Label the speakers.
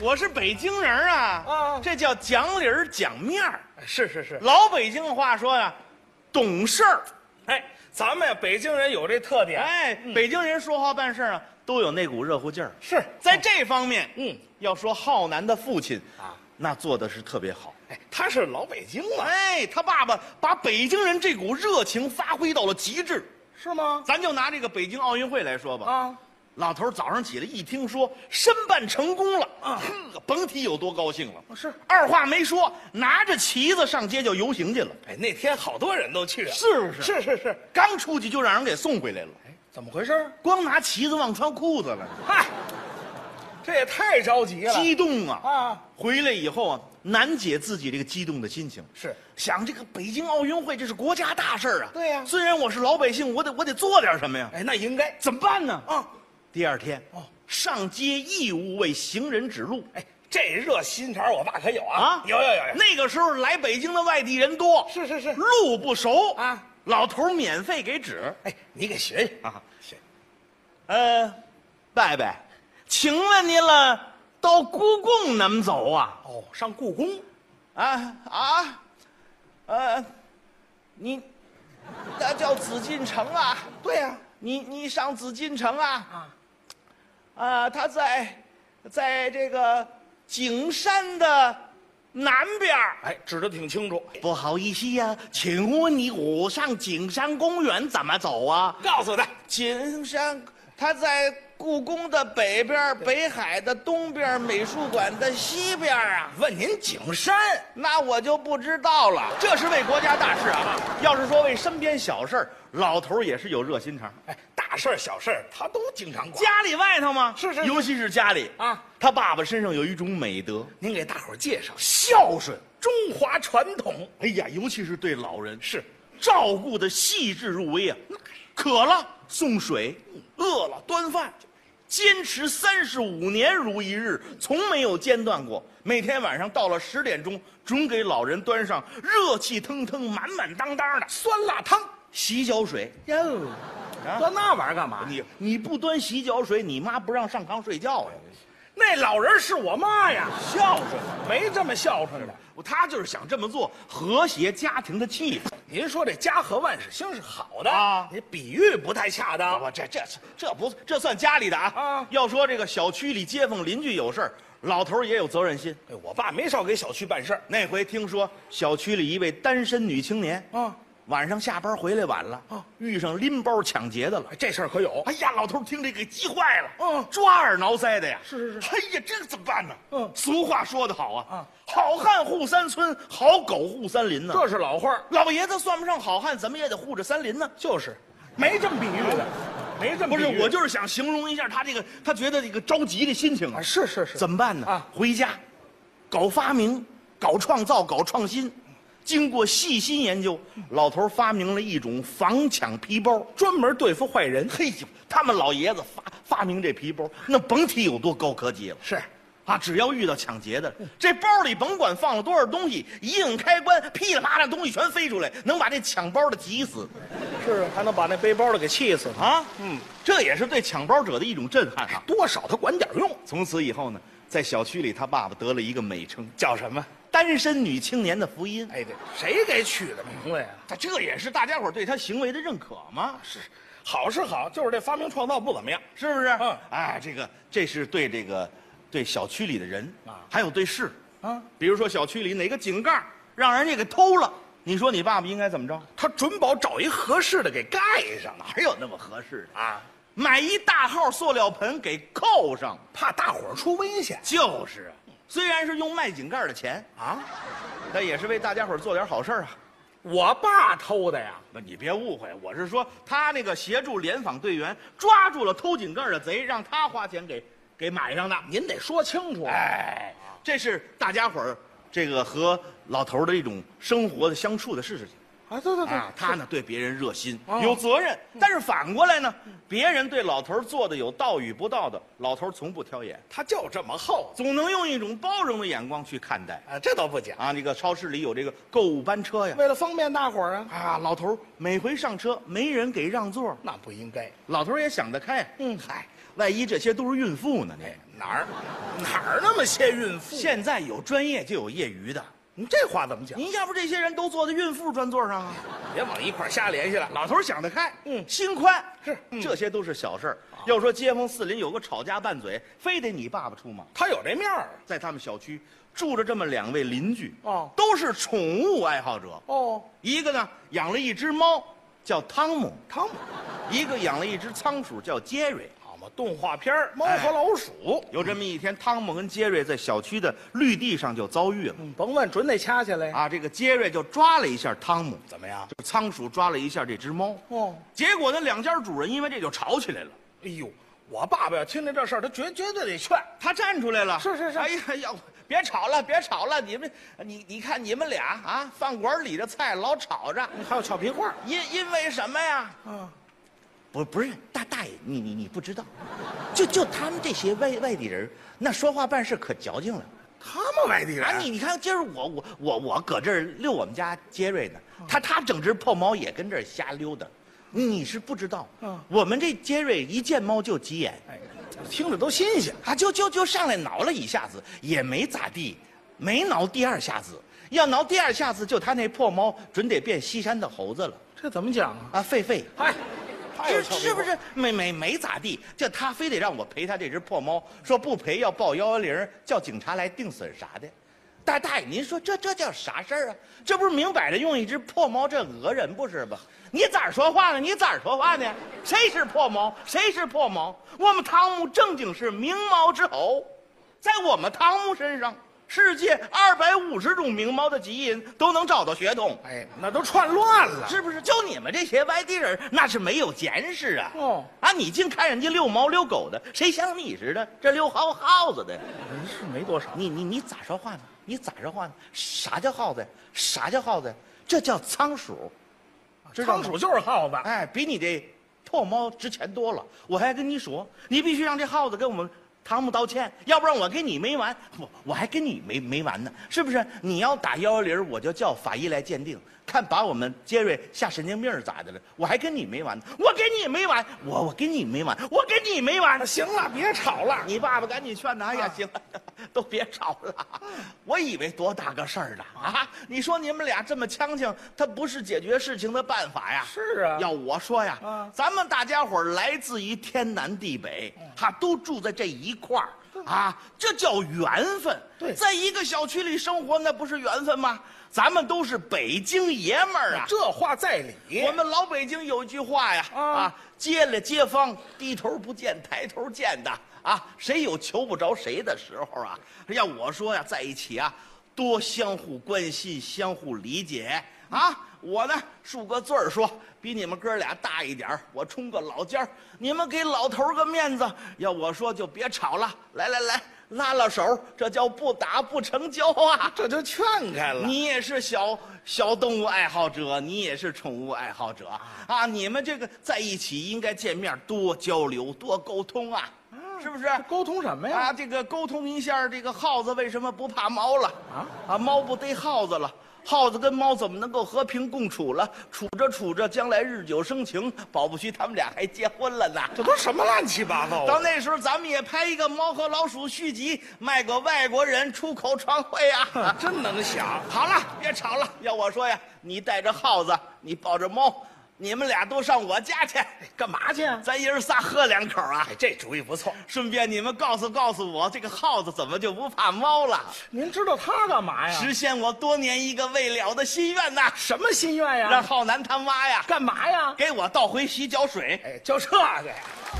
Speaker 1: 我是北京人啊，
Speaker 2: 啊
Speaker 1: 这叫讲理儿讲面儿。
Speaker 2: 是是是，
Speaker 1: 老北京话说呀、懂事儿。
Speaker 2: 哎，咱们呀，北京人有这特点，嗯
Speaker 1: 哎，北京乎说话办事儿啊，都有那股热乎劲儿。
Speaker 2: 是
Speaker 1: 在这方面，
Speaker 2: 嗯，
Speaker 1: 要说浩南的父亲
Speaker 2: 啊，
Speaker 1: 那做的是特别好。
Speaker 2: 哎，他是老北京嘛，
Speaker 1: 哎，他爸爸把北京人这股热情发挥到了极致。
Speaker 2: 是吗？
Speaker 1: 咱就拿这个北京奥运会来说吧，
Speaker 2: 啊，
Speaker 1: 老头儿早上起来一听说申办成功了，
Speaker 2: 啊
Speaker 1: 呵，甭提有多高兴了。
Speaker 2: 是
Speaker 1: 二话没说，拿着旗子上街就游行去了，
Speaker 2: 哎，那天好多人都去啊，
Speaker 1: 是不是
Speaker 2: 是是是，
Speaker 1: 刚出去就让人给送回来了，
Speaker 2: 哎，怎么回事？
Speaker 1: 光拿旗子忘穿裤子了，
Speaker 2: 嗨，这也太着急了
Speaker 1: 激动啊！
Speaker 2: 啊！
Speaker 1: 回来以后啊，难解自己这个激动的心情。
Speaker 2: 是
Speaker 1: 想这个北京奥运会，这是国家大事儿啊。
Speaker 2: 对呀
Speaker 1: 虽然我是老百姓，我得我得做点什么呀。
Speaker 2: 哎，那应该
Speaker 1: 怎么办呢？
Speaker 2: 啊，
Speaker 1: 第二天，
Speaker 2: 哦
Speaker 1: 上街义务为行人指路。
Speaker 2: 哎，这热心肠我爸可有啊
Speaker 1: 啊，，
Speaker 2: 有有有有，
Speaker 1: 那个时候来北京的外地人多，
Speaker 2: 是是是
Speaker 1: 路不熟
Speaker 2: 啊，
Speaker 1: 老头儿免费给指
Speaker 2: 哎，你给学学
Speaker 1: 啊。
Speaker 2: 学
Speaker 1: 呃，伯伯，请问您了，到故宫怎么走啊？
Speaker 2: 哦，上故宫
Speaker 1: 啊啊，呃，你那叫紫禁城啊？
Speaker 2: 对呀
Speaker 1: 你你上紫禁城啊？
Speaker 2: 啊，
Speaker 1: 啊，它在，在这个景山的南边儿。
Speaker 2: 哎，指的挺清楚，
Speaker 1: 不好意思呀、请问你我上景山公园怎么走啊？
Speaker 2: 告诉他
Speaker 1: 景山，它在故宫的北边儿、北海的东边儿、美术馆的西边儿啊。
Speaker 2: 问您景山
Speaker 1: 那我就不知道了，这是为国家大事啊！要是说为身边小事儿，老头儿也是有热心肠。
Speaker 2: 哎，大事儿小事儿他都经常管。
Speaker 1: 家里外头嘛，
Speaker 2: 是是是
Speaker 1: 尤其是家里
Speaker 2: 啊，
Speaker 1: 他爸爸身上有一种美德，
Speaker 2: 您给大伙儿介绍
Speaker 1: 孝顺。
Speaker 2: 中华传统，
Speaker 1: 哎呀，尤其是对老人，
Speaker 2: 是
Speaker 1: 照顾的细致入微啊。渴了送水，饿了端饭，坚持三十五年如一日，从没有间断过。每天晚上到了十点钟，准给老人端上热气腾腾、满满当当的
Speaker 2: 酸辣汤啊
Speaker 1: 洗脚水。
Speaker 2: 哟，端那玩意儿干嘛？
Speaker 1: 你你不端洗脚水，你妈不让上炕睡觉呀？
Speaker 2: 那老人是我妈呀，
Speaker 1: 孝顺，啊
Speaker 2: 没这么孝顺的。
Speaker 1: 他就是想这么做，和谐家庭的气氛。
Speaker 2: 您说这家和万事兴是好的
Speaker 1: 啊
Speaker 2: 你比喻不太恰
Speaker 1: 啊
Speaker 2: 当。
Speaker 1: 不，这这这不这算家里的啊！
Speaker 2: 啊
Speaker 1: 要说这个小区里街坊邻居有事儿，老头儿也有责任心。
Speaker 2: 哎我爸没少给小区办事儿
Speaker 1: 那回听说小区里一位单身女青年，
Speaker 2: 啊，
Speaker 1: 晚上下班回来晚了，
Speaker 2: 啊
Speaker 1: 遇上拎包抢劫的了。
Speaker 2: 哎这事儿可有。
Speaker 1: 哎呀，老头儿听这给急坏了，
Speaker 2: 嗯
Speaker 1: 抓耳挠腮的呀。
Speaker 2: 是是是
Speaker 1: 哎呀，这个怎么办呢？
Speaker 2: 嗯
Speaker 1: 俗话说得好啊，
Speaker 2: 啊
Speaker 1: 好汉护三村，好狗护山林呢。
Speaker 2: 这是老话儿
Speaker 1: 老爷子算不上好汉，怎么也得护着山林呢。
Speaker 2: 就是，没这么比喻的，没这么
Speaker 1: 不是，
Speaker 2: 比喻
Speaker 1: 我就是想形容一下他这个，他觉得这个着急的心情啊
Speaker 2: 啊，。是是 是，
Speaker 1: 怎么办呢？
Speaker 2: 啊
Speaker 1: 回家，搞发明，搞创造，搞创新。经过细心研究，老头儿发明了一种防抢皮包。
Speaker 2: 专门对付坏人？
Speaker 1: 嘿呦，他们老爷子发发明这皮包，那甭提有多高科技了
Speaker 2: 是，
Speaker 1: 啊！只要遇到抢劫的，这包里甭管放了多少东西，一摁开关，噼里啪啦东西全飞出来，能把这抢包的急死
Speaker 2: 是啊还能把那背包的给气死他。
Speaker 1: 啊！嗯，这也是对抢包者的一种震撼啊！
Speaker 2: 多少他管点用，
Speaker 1: 从此以后呢，在小区里，他爸爸得了一个美称
Speaker 2: 叫什么？
Speaker 1: “单身女青年的福音”。
Speaker 2: 哎，这谁给取的名啊字呀？
Speaker 1: 他这也是大家伙儿对他行为的认可嘛，
Speaker 2: 是，好是好，就是这发明创造不怎么样。
Speaker 1: 是不是？
Speaker 2: 嗯
Speaker 1: 哎，这个这是对这个对小区里的人
Speaker 2: 啊
Speaker 1: 还有对事
Speaker 2: 啊，
Speaker 1: 比如说小区里哪个井盖儿让人家给偷了，你说你爸爸应该怎么着？
Speaker 2: 他准保找一合适的给盖上了
Speaker 1: 哪有那么合适的？
Speaker 2: 啊，
Speaker 1: 买一大号塑料盆给扣上，
Speaker 2: 怕大伙儿出危险
Speaker 1: 就是啊。虽然是用卖井盖儿的钱，
Speaker 2: 啊。
Speaker 1: 但也是为大家伙儿做点好事儿啊。
Speaker 2: 我爸偷的呀，
Speaker 1: 那你别误会，我是说他那个协助联访队员抓住了偷井盖儿的贼，让他花钱给给买上的。
Speaker 2: 您得说清楚。
Speaker 1: 哎，这是大家伙儿这个和老头儿的一种生活的相处的事情
Speaker 2: 啊，对对
Speaker 1: 啊。他呢对嗯别人热心，
Speaker 2: 哦
Speaker 1: 有责任，但是反过来呢，别人对老头儿做的有道与不道的，老头儿从不挑眼，
Speaker 2: 他就这么厚
Speaker 1: 总能用一种包容的眼光去看待。
Speaker 2: 啊，这倒不假。
Speaker 1: 啊，那个超市里有这个购物班车呀，
Speaker 2: 为了方便大伙儿啊，
Speaker 1: 啊，老头儿每回上车没人给让座儿，
Speaker 2: 那不应该。
Speaker 1: 老头儿也想得开。
Speaker 2: 嗯
Speaker 1: 嗨，万一这些都是孕妇呢？
Speaker 2: 哎
Speaker 1: 你
Speaker 2: 哪儿哪儿那么些孕妇？
Speaker 1: 现在有专业就有业余的，
Speaker 2: 你这话怎么讲？
Speaker 1: 您要不这些人都坐在孕妇专座上啊？
Speaker 2: 别往一块儿瞎联系了。
Speaker 1: 老头儿想得开，
Speaker 2: 嗯
Speaker 1: 心宽啊
Speaker 2: 是嗯
Speaker 1: 这些都是小事儿。要说街坊四邻有个吵架拌嘴，非得你爸爸出马。
Speaker 2: 他有这面儿啊
Speaker 1: 在他们小区住着这么两位邻居，
Speaker 2: 哦
Speaker 1: 都是宠物爱好者。
Speaker 2: 哦，
Speaker 1: 一个呢养了一只猫，叫汤姆；
Speaker 2: 汤姆，
Speaker 1: 一个养了一只仓鼠，叫杰瑞。
Speaker 2: 好嘛，动画片儿《猫
Speaker 1: 哎
Speaker 2: 和老鼠》
Speaker 1: 有这么一天，汤姆跟杰瑞在小区的绿地上就遭遇了。
Speaker 2: 嗯，甭问，准得掐起来。
Speaker 1: 啊，这个杰瑞就抓了一下汤姆，
Speaker 2: 怎么样？
Speaker 1: 就仓鼠抓了一下这只猫。
Speaker 2: 哦，
Speaker 1: 结果呢，两家主人因为这就吵起来了。
Speaker 2: 哎呦，我爸爸要听见这事儿，他绝绝对得劝。
Speaker 1: 他站出来了，
Speaker 2: 是是是
Speaker 1: 哎呀哎呀，别吵了，别吵了，你们，你你看你们俩啊，饭馆里的菜老吵着，
Speaker 2: 还有俏皮话，
Speaker 1: 因因为什么呀？
Speaker 2: 嗯，
Speaker 1: 不不是大大爷，你你你不知道，就就他们这些外外地人，那说话办事可矫情了
Speaker 2: 他们外地人，
Speaker 1: 啊！你你看，今儿我我我我搁这儿遛我们家杰瑞呢，他他整只破猫也跟这儿瞎溜达，你是不知道，
Speaker 2: 嗯
Speaker 1: 我们这杰瑞一见猫就急眼，
Speaker 2: 哎，听着都新鲜。
Speaker 1: 啊，就就就上来挠了一下子，也没咋地，没挠第二下子。要挠第二下子，就他那破猫准得变西山的猴子了
Speaker 2: 这怎么讲啊？
Speaker 1: 啊！狒狒，
Speaker 2: 哎，太有
Speaker 1: 是
Speaker 2: 俏皮
Speaker 1: 是不？
Speaker 2: 话
Speaker 1: 是没没没咋地？就他非得让我赔他这只破猫，说不赔要报幺幺零，叫警察来定损啥的。大大爷，您说这这叫啥事儿啊？这不是明摆着用一只破猫这讹人不是吧？你咋说话呢？你咋说话呢？谁是破猫？谁是破猫？我们汤姆正经是明猫之侯，在我们汤姆身上，世界二百五十种名猫的基因都能找到血统，
Speaker 2: 哎，那都串乱了。
Speaker 1: 是不是？就你们这些外地人，那是没有见识啊！
Speaker 2: 哦
Speaker 1: 啊，你净看人家遛猫遛狗的，谁像你似的？这遛耗耗子的，
Speaker 2: 人是没多少。
Speaker 1: 你你你咋说话呢？你咋说话呢？啥叫耗子？呀？啥叫耗子？呀？这叫仓鼠，知道
Speaker 2: 仓
Speaker 1: 吗
Speaker 2: 鼠就是耗子。
Speaker 1: 哎，比你这破猫值钱多了。我还跟你说，你必须让这耗子跟我们汤姆道歉，要不然我跟你没完，我我还跟你没没完呢，是不是？你要打幺幺零，我就叫法医来鉴定，看把我们杰瑞吓神经病儿咋的了？我还跟你没完呢，我跟你没完，我我跟你没完，我跟你没完
Speaker 2: 啊。行了，别吵了。
Speaker 1: 你爸爸赶紧劝他，哎呀，
Speaker 2: 啊
Speaker 1: 行 了，都别吵了。我以为多大个事儿呢啊！你说你们俩这么呛呛，他不是解决事情的办法呀。
Speaker 2: 是啊
Speaker 1: 要我说呀，
Speaker 2: 啊嗯
Speaker 1: 咱们大家伙儿来自于天南地北，哈，都住在这一块儿啊，这叫缘分。
Speaker 2: 对
Speaker 1: 在一个小区里生活，那不是缘分吗？咱们都是北京爷们儿啊。
Speaker 2: 这话在理。
Speaker 1: 我们老北京有一句话呀，
Speaker 2: 啊
Speaker 1: 啊，街了街坊，低头不见抬头见的啊，谁有求不着谁的时候啊？要我说呀，在一起啊，多相互关心，相互理解啊。我呢，恕个罪儿说，比你们哥俩大一点儿我充个老尖儿，你们给老头儿个面子。要我说，就别吵了，来来来，拉拉手，这叫不打不成交啊。
Speaker 2: 这就劝开了。
Speaker 1: 你也是小小动物爱好者，你也是宠物爱好者啊！你们这个在一起应该见面多交流、多沟通啊，是不是？
Speaker 2: 沟通什么
Speaker 1: 啊，
Speaker 2: 呀？
Speaker 1: 这个沟通一下，这个耗子为什么不怕猫了？
Speaker 2: 啊
Speaker 1: 啊，猫不逮耗子了。耗子跟猫怎么能够和平共处了？处着处着，将来日久生情，保不齐他们俩还结婚了呢。
Speaker 2: 这都什么乱七八糟
Speaker 1: 到
Speaker 2: 的？
Speaker 1: 那时候，咱们也拍一个《猫和老鼠》续集，卖给外国人出口传会啊！
Speaker 2: 嗯真能想。
Speaker 1: 好了，别吵了。要我说呀，你带着耗子，你抱着猫，你们俩都上我家去，
Speaker 2: 干嘛去啊？
Speaker 1: 咱爷儿仨喝两口啊
Speaker 2: 哎。，这主意不错。
Speaker 1: 顺便你们告诉告诉我，这个耗子怎么就不怕猫了？
Speaker 2: 您知道他干嘛呀？
Speaker 1: 实现我多年一个未了的心愿呐，
Speaker 2: 什么
Speaker 1: 啊
Speaker 2: 心愿呀？
Speaker 1: 让浩南他妈呀
Speaker 2: 干嘛呀？
Speaker 1: 给我倒回洗脚水。
Speaker 2: 哎，就这个呀。